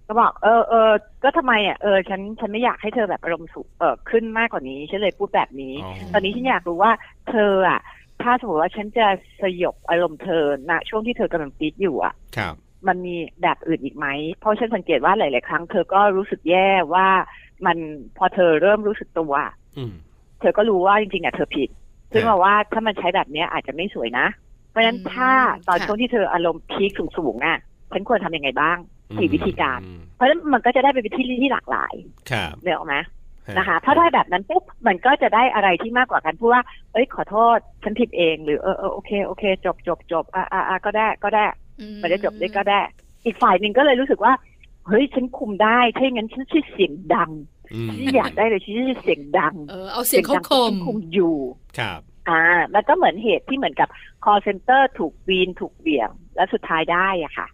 Speaker 5: ก็บอกเออเออก็ทำไมอ่ะเออฉันฉันไม่อยากให้เธอแบบอารมณ์สูงเออขึ้นมากกว่านี้ฉันเลยพูดแบบนี้
Speaker 2: อ๋อ
Speaker 5: ตอนนี้ฉันอยากรู้ว่าเธออ่ะ ถ้าสมมติว่าฉันจะสยบอารมณ์เธอณช่วงที่เธอกำลังปิดอยู่อ่ะ
Speaker 2: ครับ
Speaker 5: มันมีแบบอื่นอีกไหม เพราะฉันสังเกตว่าหลาย ๆ ครั้งเธอก็รู้สึกแย่ว่ามันพอเธอเริ่มรู้สึกตัว
Speaker 2: อืม
Speaker 5: เธอก็รู้ว่าจริง ๆ อ่ะเธอผิด ซึ่ง
Speaker 2: ครับ
Speaker 5: เราว่าถ้ามันใช้แบบเนี้ยอาจจะไม่สวยนะ เพราะฉะนั้นถ้าตอนช่วงที่เธออารมณ์พีคสูง ๆ น่ะ ฉันควรทำยังไงบ้าง
Speaker 2: อืม
Speaker 5: สี่วิธีการ เพราะฉะนั้นมันก็จะได้เป็นวิธีที่หลากหลาย
Speaker 2: ครับ
Speaker 5: เนกออกไหม
Speaker 2: ฮ
Speaker 5: นะคะถ้าได้แบบนั้นปุ๊บมันก็จะได้อะไรที่มากกว่าการพูดว่า เอ้ยขอโทษฉันผิดเองหรือเออเออโอเคโอเค จบจบจบอ่าอ่าอ่าก็ได้ก็ได้ไม่ได้จบด้วยก็ได้ อีกฝ่ายหนึ่งก็เลยรู้สึกว่า เฮ้ยฉันคุมได้ถ้าอย่างนั้นฉันชื่อเสียงดัง
Speaker 2: อืม
Speaker 5: ที่อยากได้เลยฉันชื่อเสียงดัง
Speaker 1: เออเอาเสียงเขาค
Speaker 5: ดั
Speaker 1: ม
Speaker 5: ฉันคุมอยู่
Speaker 2: ครับ
Speaker 5: อ่า แล้วก็เหมือนเหตุที่เหมือนกับ call center ถูกวีนถูกเบี่ยง และสุดท้ายได้อะค่ะ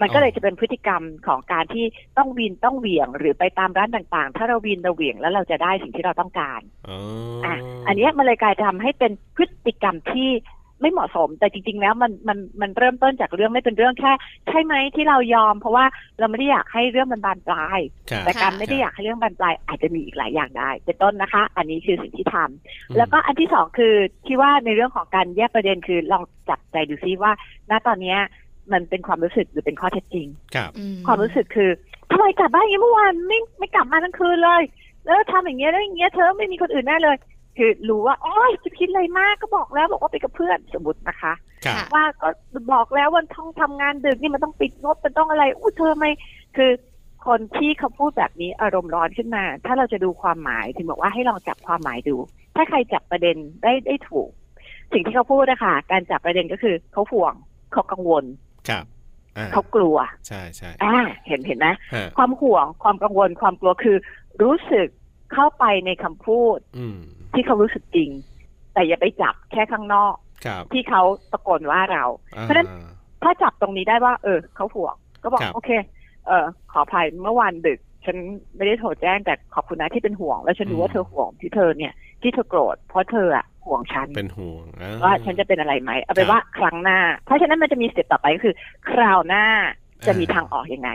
Speaker 5: มันก็เลยจะเป็นพฤติกรรมของการที่ต้องวีนต้องเหวี่ยง หรือไปตามร้านต่างๆ ถ้าเราวีนเราเหวี่ยงแล้วเราจะได้สิ่งที่เราต้องการ
Speaker 2: อ๋ออ
Speaker 5: อ่ะอันเนี้ยมันเลยกลายทำให้เป็นพฤติกรรมที่ไม่เหมาะสม แต่จริง ๆ แล้วมันมันมันเริ่มต้นจากเรื่องไม่เป็นเรื่องแค่ ใช่ไหมที่เรายอม เพราะว่าเราไม่ได้อยากให้เรื่องมันบานปลาย
Speaker 2: ครับ
Speaker 5: แต่การ
Speaker 1: ค่ะ
Speaker 5: ไม่ได้อยากให้เรื่องบานปลายอาจจะมีอีกหลายอย่างได้เป็นต้นนะคะ อันนี้คือสิ่งที่ทำ แล้วก็อันที่สองคือที่ว่าในเรื่องของการแยกประเด็นคือลองจับใจดูซิว่า ณตอนเนี้ยมันเป็นความรู้สึกหรือเป็นข้อเท็จจริง
Speaker 2: ครับ
Speaker 1: อื
Speaker 5: ความรู้สึกคือทำไมกลับบ้านอย่างเงี้ยเมื่อวานไม่ไม่กลับมาทั้งคืนเลย แล้วทำอย่างเงี้ยแล้วอย่างเงี้ยเธอไม่มีคนอื่นแน่เลย คือรู้ว่าโอ๊ยจะคิดอะไรมากก็บอกแล้วบอกว่าไปกับเพื่อนสมมตินะคะ
Speaker 2: ครับ
Speaker 1: ค่ะ
Speaker 5: ว่าก็บอกแล้ววันท่องทำงานดึกนี่มันต้องปิดงบมันต้องอะไรอู้เธอไม่คือ คนที่เขาพูดแบบนี้อารมณ์ร้อนขึ้นมา ถ้าเราจะดูความหมายถึงบอกว่าให้ลองจับความหมายดู ถ้าใครจับประเด็นได้ได้ถูก สิ่งที่เขาพูดนะคะการจับประเด็นก็คือเขาห่วงเขากังวล
Speaker 2: ครับอ่า
Speaker 5: เขากลัว
Speaker 2: ใช่ใช่
Speaker 5: อ่าเห็นเห็นไหม
Speaker 2: ฮะ
Speaker 5: ความห่วงความกังวลความกลัวคือ รู้สึกเข้าไปในคำพูด
Speaker 2: อืม
Speaker 5: ที่เขารู้สึกจริง แต่อย่าไปจับแค่ข้างนอก
Speaker 2: ครับ
Speaker 5: ที่เขาตะโกนว่าเรา เพราะฉะนั้น
Speaker 2: อ่า
Speaker 5: ถ้าจับตรงนี้ได้ว่า เออเขาห่วงก็บอก
Speaker 2: ครับ
Speaker 5: โอเค เออขออภัยเมื่อวานดึก ฉันไม่ได้โทรแจ้งแต่ขอบคุณนะที่เป็นห่วง แล้วฉันรู้ว่าเธอห่วงที่เธอเนี่ยที่เธอโกรธเพราะเธออะห่วงฉัน
Speaker 2: เป็นห่วงอ่
Speaker 5: ว่าฉันจะเป็นอะไรไหมเอาเป็
Speaker 2: ค
Speaker 5: น
Speaker 2: รับ
Speaker 5: ว่าครั้งหน้า เพราะฉะนั้นมันจะมีสเต็ปต่อไปก็คือ คราวหน้าจะมี
Speaker 2: อ่า
Speaker 5: ทางออกยังไง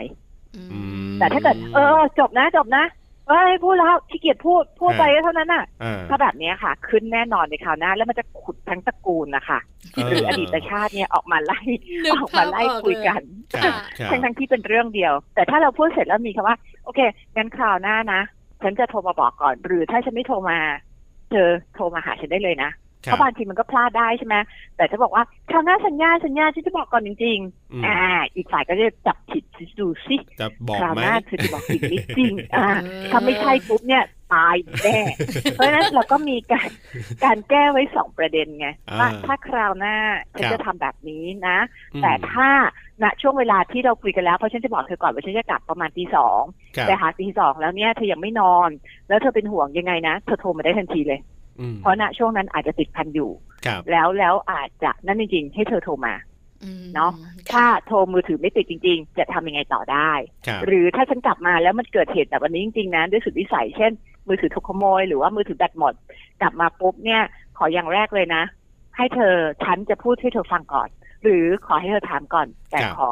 Speaker 1: อื
Speaker 2: อื
Speaker 1: ม
Speaker 2: ม
Speaker 5: แต่ถ้าเกิดเออจบนะจบนะเอ้ยพูดแล้วขี้เกียจพูดพูดไปก็เท่านั้นน่ะ
Speaker 2: อ่า
Speaker 5: ถ้าแบบเนี้ยค่ะ ขึ้นแน่นอนในคราวหน้า แล้วมันจะขุดทั้งตระกูลนะคะหรืออดีตชาติเนี่ยออกมาไล่
Speaker 1: นึก
Speaker 5: ออกมาไล่
Speaker 1: ภาพออก
Speaker 5: คุย
Speaker 1: เลย
Speaker 5: กัน
Speaker 2: ครับครับ
Speaker 5: ทั้งทั้งๆที่เป็นเรื่องเดียว แต่ถ้าเราพูดเสร็จแล้วมีคำว่า โอเคงั้นคราวหน้านะ ฉันจะโทรมาบอกก่อน หรือถ้าฉันไม่โทรมาเธอโทรมาหาฉันได้เลยนะ
Speaker 2: ค
Speaker 5: เพ
Speaker 2: รับ
Speaker 5: ราะบางทีมันก็พลาดได้ใช่ไหมแต่จะบอกว่าคราวหน้าสัญญาสัญญาฉันจะบอกก่อนจริง
Speaker 2: อืม
Speaker 5: ๆอ่า อีกฝ่ายก็จะจับผิดดูสิ
Speaker 2: จะบอก
Speaker 5: คราว
Speaker 2: ไหม
Speaker 5: หน้าเธอจะบอกจริงไม่จริงอ่า
Speaker 1: เออ
Speaker 5: ถ้าไม่ใช่ปุ๊บเนี่ยตายแน่เพราะฉะนั้นเราก็มีการการแก้ไว้สองประเด็นไงว่าถ้าคราวหน้าฉันจะทำแบบนี้นะ
Speaker 2: อืม
Speaker 5: แต่ถ้าณช่วงเวลาที่เราคุยกันแล้วเพราะฉันจะบอกเธอก่อนว่าฉันจะกลับประมาณตีสอง
Speaker 2: ครับ
Speaker 5: แต่หากตีสองแล้วเนี่ยเธอยังไม่นอน แล้วเธอเป็นห่วงยังไงนะ เธอโทรมาได้ทันทีเลย
Speaker 2: อืม
Speaker 5: เพราะณช่วงนั้นอาจจะติดพันอยู่
Speaker 2: ครับ
Speaker 5: แล้วแล้วอาจจะนั่นจริงๆให้เธอโทรมา
Speaker 1: อืม
Speaker 5: เนาะ ถ้าโทรมือถือไม่ติดจริง ๆ จะทำยังไงต่อได้
Speaker 2: ครับ
Speaker 5: หรือถ้าฉันกลับมาแล้วมันเกิดเหตุแบบวันนี้จริงๆนะด้วยสุดวิสัยเช่น มือถือถูกขโมยหรือว่ามือถือแบตหมด กลับมาปุ๊บเนี่ย ขออย่างแรกเลยนะ ให้เธอฉันจะพูดให้เธอฟังก่อน หรือขอให้เธอถามก่อน แต่
Speaker 2: ครับ
Speaker 5: ขอ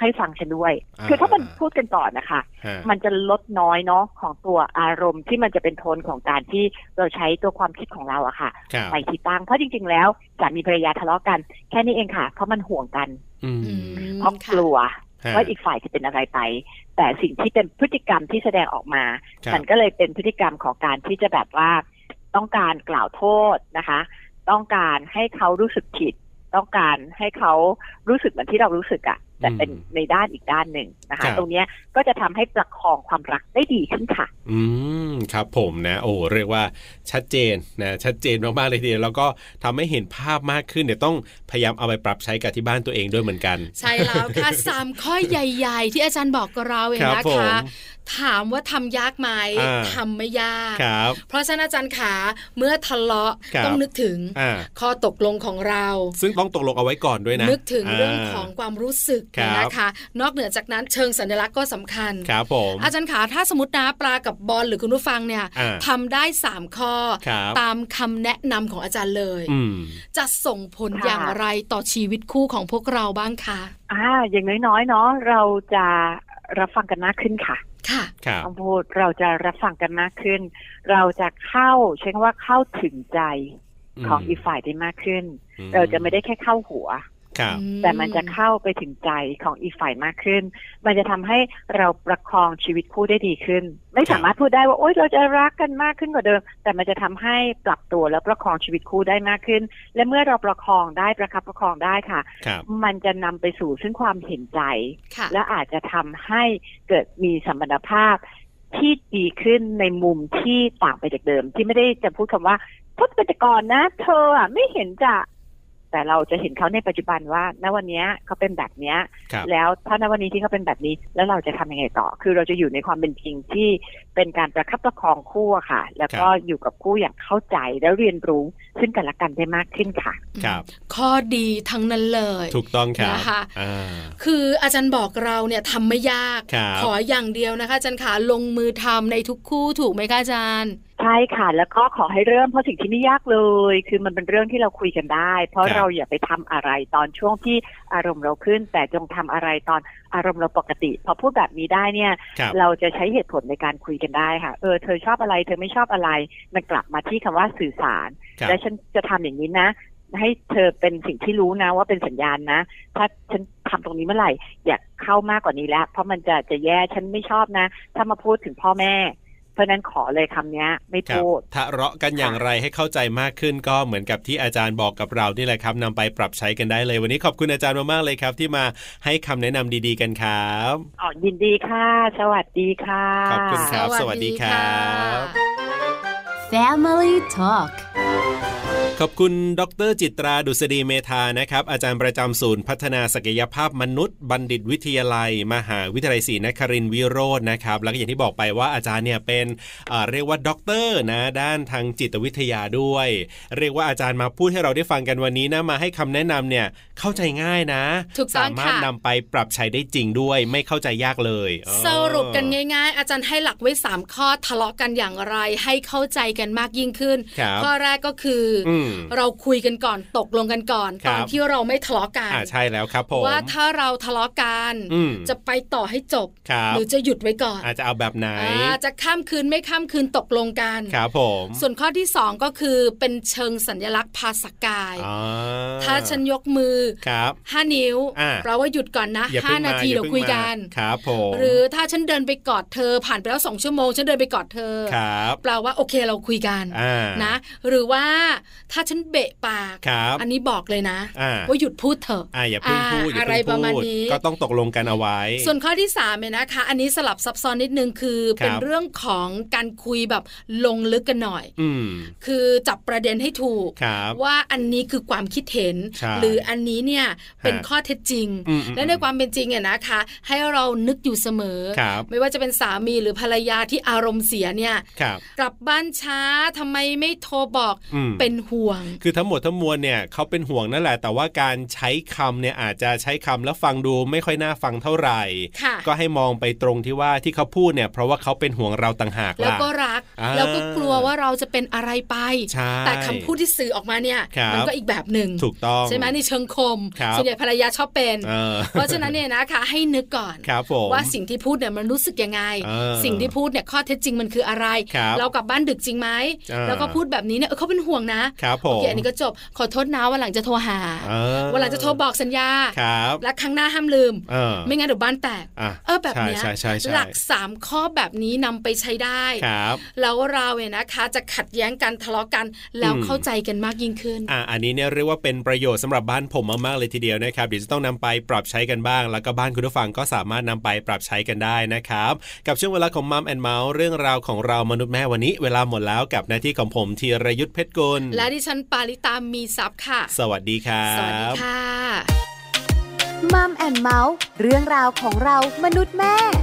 Speaker 5: ให้ฟังฉันด้วย
Speaker 2: อ่า
Speaker 5: คือถ้ามันพูดกันก่อนนะคะ
Speaker 2: ฮะ
Speaker 5: มันจะลดน้อยเนาะของตัวอารมณ์ที่มันจะเป็นโทนของการที่เราใช้ตัวความคิดของเราอะค่ะ
Speaker 2: ครับ
Speaker 5: ไปที่ตั้งเพราะจริง ๆ แล้วสามีภรรยาทะเลาะกันแค่นี้เองค่ะ เพราะมันห่วงกัน
Speaker 2: อื
Speaker 1: อื
Speaker 2: ม
Speaker 1: ม
Speaker 5: เพราะกลัว
Speaker 2: ฮะ
Speaker 5: ว่าอีกฝ่ายจะเป็นอะไรไป แต่สิ่งที่เป็นพฤติกรรมที่แสดงออกมา
Speaker 2: ครับ
Speaker 5: มันก็เลยเป็นพฤติกรรมของการที่จะแบบว่า ต้องการกล่าวโทษนะคะ ต้องการให้เขารู้สึกผิด ต้องการให้เขารู้สึกเหมือนที่เรารู้สึกอะแต่เป็น
Speaker 2: อืม
Speaker 5: ในด้านอีกด้านหนึ่งนะ
Speaker 2: ครั
Speaker 5: คะ
Speaker 2: บ
Speaker 5: ตรงเนี้ยก็จะทำให้ประคองความรักได้ดีขึ้นค่ะ
Speaker 2: อืมครับผมนะ โอ้เรียกว่าชัดเจนนะชัดเจนมากๆเลยทีเดียวแล้วก็ทำให้เห็นภาพมากขึ้นเดี๋ยวต้องพยายามเอาไปปรับใช้กับที่บ้านตัวเองด้วยเหมือนกัน
Speaker 1: ใช่แล้วค่ะ สามข้อใหญ่ ๆ ที่อาจารย์บอกกับเราเอง
Speaker 2: ครับ
Speaker 1: นะ
Speaker 2: ผม
Speaker 1: คะ ถามว่าทำยากไหม
Speaker 2: อ่า
Speaker 1: ทำไม่ยาก
Speaker 2: ครับ
Speaker 1: เพราะฉะนั้นอาจารย์ขาเมื่อทะเลาะ
Speaker 2: ครับ
Speaker 1: ต้องนึกถึง
Speaker 2: อ่า
Speaker 1: ข้อตกลงของเรา
Speaker 2: ซึ่งต้องตกลงเอาไว้ก่อนด้วยนะ
Speaker 1: นึกถึงเรื่องของ
Speaker 2: า
Speaker 1: ความรู้สึก
Speaker 2: ครับ
Speaker 1: นะคะ นอกเหนือจากนั้นเชิงสัญลักษณ์ก็สำคัญ
Speaker 2: ครับผม
Speaker 1: อาจารย์ขาถ้าสมมตินะปลากับบอลหรือคุณผู้ฟังเนี่ย
Speaker 2: อ่า
Speaker 1: ทำได้ 3 ข้อ
Speaker 2: ครับ
Speaker 1: ตามคำแนะนำของอาจารย์เลย
Speaker 2: อืม
Speaker 1: จะส่งผล
Speaker 5: ค่ะ
Speaker 1: อย่างไรต่อชีวิตคู่ของพวกเราบ้างคะ
Speaker 5: อ่าอย่างน้อยๆเนาะเราจะรับฟังกันมากขึ้นค่ะ
Speaker 1: ค่ะ
Speaker 2: ครับ
Speaker 5: ต้องพูดเราจะรับฟังกันมากขึ้น เราจะเข้าใช้คำว่าเข้าถึงใจของอีกฝ่ายได้มากขึ้น
Speaker 2: อืม
Speaker 5: เราจะไม่ได้แค่เข้าหัว
Speaker 2: ครับ
Speaker 1: อื
Speaker 5: แต่มันจะเข้าไปถึงใจของอีกฝ่ายมากขึ้น มันจะทำให้เราประคองชีวิตคู่ได้ดีขึ้น ไม่สามารถพูดได้ว่าโอ๊ยเราจะรักกันมากขึ้นกว่าเดิม แต่มันจะทำให้ปรับตัวและประคองชีวิตคู่ได้มากขึ้น และเมื่อเราประคองได้ประคับประคองได้ค่ะ
Speaker 2: ครับ
Speaker 5: มันจะนำไปสู่ซึ่งความเห็นใจ
Speaker 1: ค่ะ
Speaker 5: และอาจจะทำให้เกิดมีสัมพันธภาพที่ดีขึ้นในมุมที่ต่างไปจากเดิม ที่ไม่ได้จะพูดคำว่าทศเป็นแต่ก่อนนะ เธออะไม่เห็นจะ แต่เราจะเห็นเขาในปัจจุบันว่า ณวันเนี้ยเขาเป็นแบบเนี้ย
Speaker 2: ครับ
Speaker 5: แล้วถ้าณวันนี้ที่เขาเป็นแบบนี้ แล้วเราจะทำยังไงต่อ คือเราจะอยู่ในความเป็นจริงที่เป็นการประคับประคองคู่อะค่ะ แล้วก็อยู่กับคู่อย่างเข้าใจแล้วเรียนรู้ซึ่งกันและกันได้มากขึ้นค่ะ
Speaker 2: ครับ
Speaker 1: ข้อดีทั้งนั้นเลย
Speaker 2: ถูกต้องครับ
Speaker 1: นะคะ
Speaker 2: อ่า
Speaker 1: คืออาจารย์บอกเราเนี่ยทำไม่ยาก
Speaker 2: ครับ
Speaker 1: ขออย่างเดียวนะคะอาจารย์ขาลงมือทำในทุกคู่ถูกไหมคะอาจารย์
Speaker 5: ใช่ค่ะ แล้วก็ขอให้เริ่มเพราะสิ่งที่ไม่ยากเลย คือมันเป็นเรื่องที่เราคุยกันได้ เพราะ
Speaker 2: ครับ
Speaker 5: เราอย่าไปทำอะไรตอนช่วงที่อารมณ์เราขึ้น แต่จงทำอะไรตอนอารมณ์เราปกติ พอพูดแบบนี้ได้เนี่ย
Speaker 2: ครับ
Speaker 5: เราจะใช้เหตุผลในการคุยกันได้ค่ะ เออเธอชอบอะไร เธอไม่ชอบอะไร มันกลับมาที่คำว่าสื่อสาร
Speaker 2: ครับ
Speaker 5: และฉันจะทำอย่างนี้นะ ให้เธอเป็นสิ่งที่รู้นะว่าเป็นสัญญาณนะ ถ้าฉันทำตรงนี้เมื่อไหร่ อยากเข้ามากกว่านี้แล้ว เพราะมันจะจะแย่ฉันไม่ชอบนะ ถ้ามาพูดถึงพ่อแม่ เพราะฉะนั้นขอเลยคำเนี้ย ไม่
Speaker 2: ครับ
Speaker 5: พูด
Speaker 2: ทะเลาะกันอย่างไรให้เข้าใจมากขึ้นก็เหมือนกับที่อาจารย์บอกกับเรานี่แหละครับนำไปปรับใช้กันได้เลย วันนี้ขอบคุณอาจารย์มากๆเลยครับ ที่มาให้คำแนะนำดีๆกันครับ
Speaker 5: อ๋อยินดีค่ะ สวัสดีค่ะ
Speaker 2: ขอบคุณครับ สวัสดีครับ
Speaker 4: Family Talk
Speaker 2: ขอบคุณดรจิตราดุษฎีเมธานะครับ อาจารย์ประจำศูนย์พัฒนาศักยภาพมนุษย์ บัณฑิตวิทยาลัย มหาวิทยาลัยศรีนครินทร์วิโรจน์นะครับ แล้วก็อย่างที่บอกไปว่าอาจารย์เนี่ยเป็นเอ่อเรียกว่าด็อกเตอร์นะด้านทางจิตวิทยาด้วย เรียกว่าอาจารย์มาพูดให้เราได้ฟังกันวันนี้นะมาให้คำแนะนำเนี่ยเข้าใจง่ายนะ
Speaker 1: ถูกต้อง
Speaker 2: สามารถ
Speaker 1: ค่ะ
Speaker 2: นำไปปรับใช้ได้จริงด้วย ไม่เข้าใจยากเลยเออ
Speaker 1: สรุปกันง่าย ๆ อาจารย์ให้หลักไว้ 3 ข้อทะเลาะกันอย่างไร ให้เข้าใจกันมากยิ่งขึ้น
Speaker 2: ครับ
Speaker 1: ข้อแรกก็คืออ
Speaker 2: อืม
Speaker 1: เราคุยกันก่อนตกลงกันก่อน
Speaker 2: ครั
Speaker 1: ต
Speaker 2: บ
Speaker 1: อนที่เราไม่ทะเลาะกัน
Speaker 2: อ่าใช่แล้วครับผม
Speaker 1: ว่าถ้าเราทะเลาะกัน
Speaker 2: อืม
Speaker 1: จะไปต่อให้จบ
Speaker 2: ครับ
Speaker 1: หรือจะหยุดไว้ก่อน
Speaker 2: อาจจะเอาแบบไหน
Speaker 1: อ่าจะข้ามคืนไม่ข้ามคืนตกลงกัน
Speaker 2: ครับผม
Speaker 1: ส่วนข้อที่ 2 ก็คือเป็นเชิงสัญลักษณ์ภาษากาย
Speaker 2: อ่า
Speaker 1: ถ้าฉันยกมือ
Speaker 2: ครับ
Speaker 1: ห้านิ้ว
Speaker 2: อ่า
Speaker 1: แปลว่าหยุดก่อนนะ
Speaker 2: อย่า
Speaker 1: ห้า
Speaker 2: เพิ่งม
Speaker 1: นาที
Speaker 2: อ
Speaker 1: เดี๋ยว
Speaker 2: พิ่ง
Speaker 1: คุย
Speaker 2: มา
Speaker 1: กัน
Speaker 2: ครับผม
Speaker 1: หรือถ้าฉันเดินไปกอดเธอผ่านไปแล้วสองชั่วโมง ฉันเดินไปกอดเธอ
Speaker 2: ครับ
Speaker 1: แปลว่าโอเคเราคุยกัน
Speaker 2: อ่า
Speaker 1: นะ หรือว่าถ้าฉันเบะปาก
Speaker 2: ครับ
Speaker 1: อันนี้บอกเลยนะ
Speaker 2: อ่า
Speaker 1: ว่าหยุดพูดเถอะ
Speaker 2: อ่าอย่าเพิ่งพูด
Speaker 1: อ่า
Speaker 2: อย่า
Speaker 1: อะไรป
Speaker 2: เพิ่ง
Speaker 1: ระมาณ
Speaker 2: พูด
Speaker 1: นี้
Speaker 2: ก็ต้องตกลงกันเอาไว้
Speaker 1: ส่วนข้อที่3เนี่ยนะคะ อันนี้สลับซับซ้อนนิดนึงคือ เป็น
Speaker 2: ครับ
Speaker 1: เรื่องของการคุยแบบลงลึกกันหน่อย
Speaker 2: อืม
Speaker 1: คือจับประเด็นให้ถูก
Speaker 2: ครับ
Speaker 1: ว่าอันนี้คือความคิดเห็น
Speaker 2: ใช่
Speaker 1: หรืออันนี้เนี่ยเป็น
Speaker 2: ฮะ
Speaker 1: ข้อเท็จจริง
Speaker 2: อืมอื
Speaker 1: และในความเป็นจริงเนี่ยนะคะ ให้เรานึกอยู่เสมอ
Speaker 2: ครับ
Speaker 1: ไม่ว่าจะเป็นสามีหรือภรรยาที่อารมณ์เสียเนี่ย
Speaker 2: ครับ
Speaker 1: กลับบ้านช้าทำไมไม่โทรบอก
Speaker 2: อืม
Speaker 1: เป็นห่ว วง
Speaker 2: คือทั้งหมดทั้งมวลเนี่ยเขาเป็นห่วงนั่นแหละ แต่ว่าการใช้คำเนี่ยอาจจะใช้คำแล้วฟังดูไม่ค่อยน่าฟังเท่าไหร่
Speaker 1: ค่ะ
Speaker 2: ก็ให้มองไปตรงที่ว่าที่เขาพูดเนี่ย เพราะว่าเขาเป็นห่วงเราต่างหาก
Speaker 1: แล้ว
Speaker 2: ล่ะ
Speaker 1: ก็รัก
Speaker 2: อ่า
Speaker 1: แล้วก็กลัวว่าเราจะเป็นอะไรไป
Speaker 2: ใช่
Speaker 1: แต่คำพูดที่สื่อออกมาเนี่ย
Speaker 2: ครับ
Speaker 1: มัก็อีกแบบหนึ่ง
Speaker 2: ถูกต้อง
Speaker 1: ใช่ไหมในเชิงคม
Speaker 2: ครับ
Speaker 1: ส่วนใหญ่ภรรยาชอบเป็น
Speaker 2: เออ
Speaker 1: เพราะฉะนั้นเนี่ยนะคะ ให้นึกก่อน
Speaker 2: ครับผม
Speaker 1: ว่าสิ่งที่พูดเนี่ยมันรู้สึกยังไง
Speaker 2: เออ
Speaker 1: สิ่งที่พูดเนี่ยข้อเท็จจริงมันคืออะไร
Speaker 2: ครับ
Speaker 1: เรากลับบ้านดึกจริงไหม
Speaker 2: เออ
Speaker 1: แล้วก็พูดแบบนี้เนี่ยเออเขาเป็นห่วงนะครับ
Speaker 2: ผ
Speaker 1: โอ
Speaker 2: ม
Speaker 1: เคอันนี้ก็จบขอโทษนะวันหลังจะโทรหา
Speaker 2: เออ
Speaker 1: วันหลังจะโทรบอกสัญญา
Speaker 2: ครับ
Speaker 1: และครั้งหน้าห้ามลืม
Speaker 2: เออ
Speaker 1: ไม่งั้นเดี๋ยวบ้านแตก
Speaker 2: อ่ะ
Speaker 1: เออแบบเนี้ย
Speaker 2: ใช่ใช่
Speaker 1: ห
Speaker 2: ใช่ใช่
Speaker 1: ลักสามข้อแบบนี้นำไปใช้ได้
Speaker 2: ครับ
Speaker 1: แล้วเราเนี่ยนะคะจะขัดแย้งกันทะเลาะกันแล้ว
Speaker 2: อืม
Speaker 1: เข้าใจกันมากยิ่งขึ้น
Speaker 2: อ่ะอันนี้เนี่ยเรียกว่าเป็นประโยชน์สำหรับบ้านผมมากๆเลยทีเดียวนะครับเดี๋ยวจะต้องนำไปปรับใช้กันบ้าง แล้วก็บ้านคุณผู้ฟังก็สามารถนำไปปรับใช้กันได้นะครับ กับช่วงเวลาของมัมแอนเมาส์เรื่องราวของเรามนุษย์แม่วันนี้ เวลาหมดแล้วกับหน้าที่ของผมธีรยุทธเพชรกุล
Speaker 1: และดิฉันปาริตามีซับค่ะ
Speaker 2: สวัสดีครับ
Speaker 1: สวัสดีค่ะ
Speaker 4: มัมแอนเมาส์เรื่องราวของเรามนุษย์แม่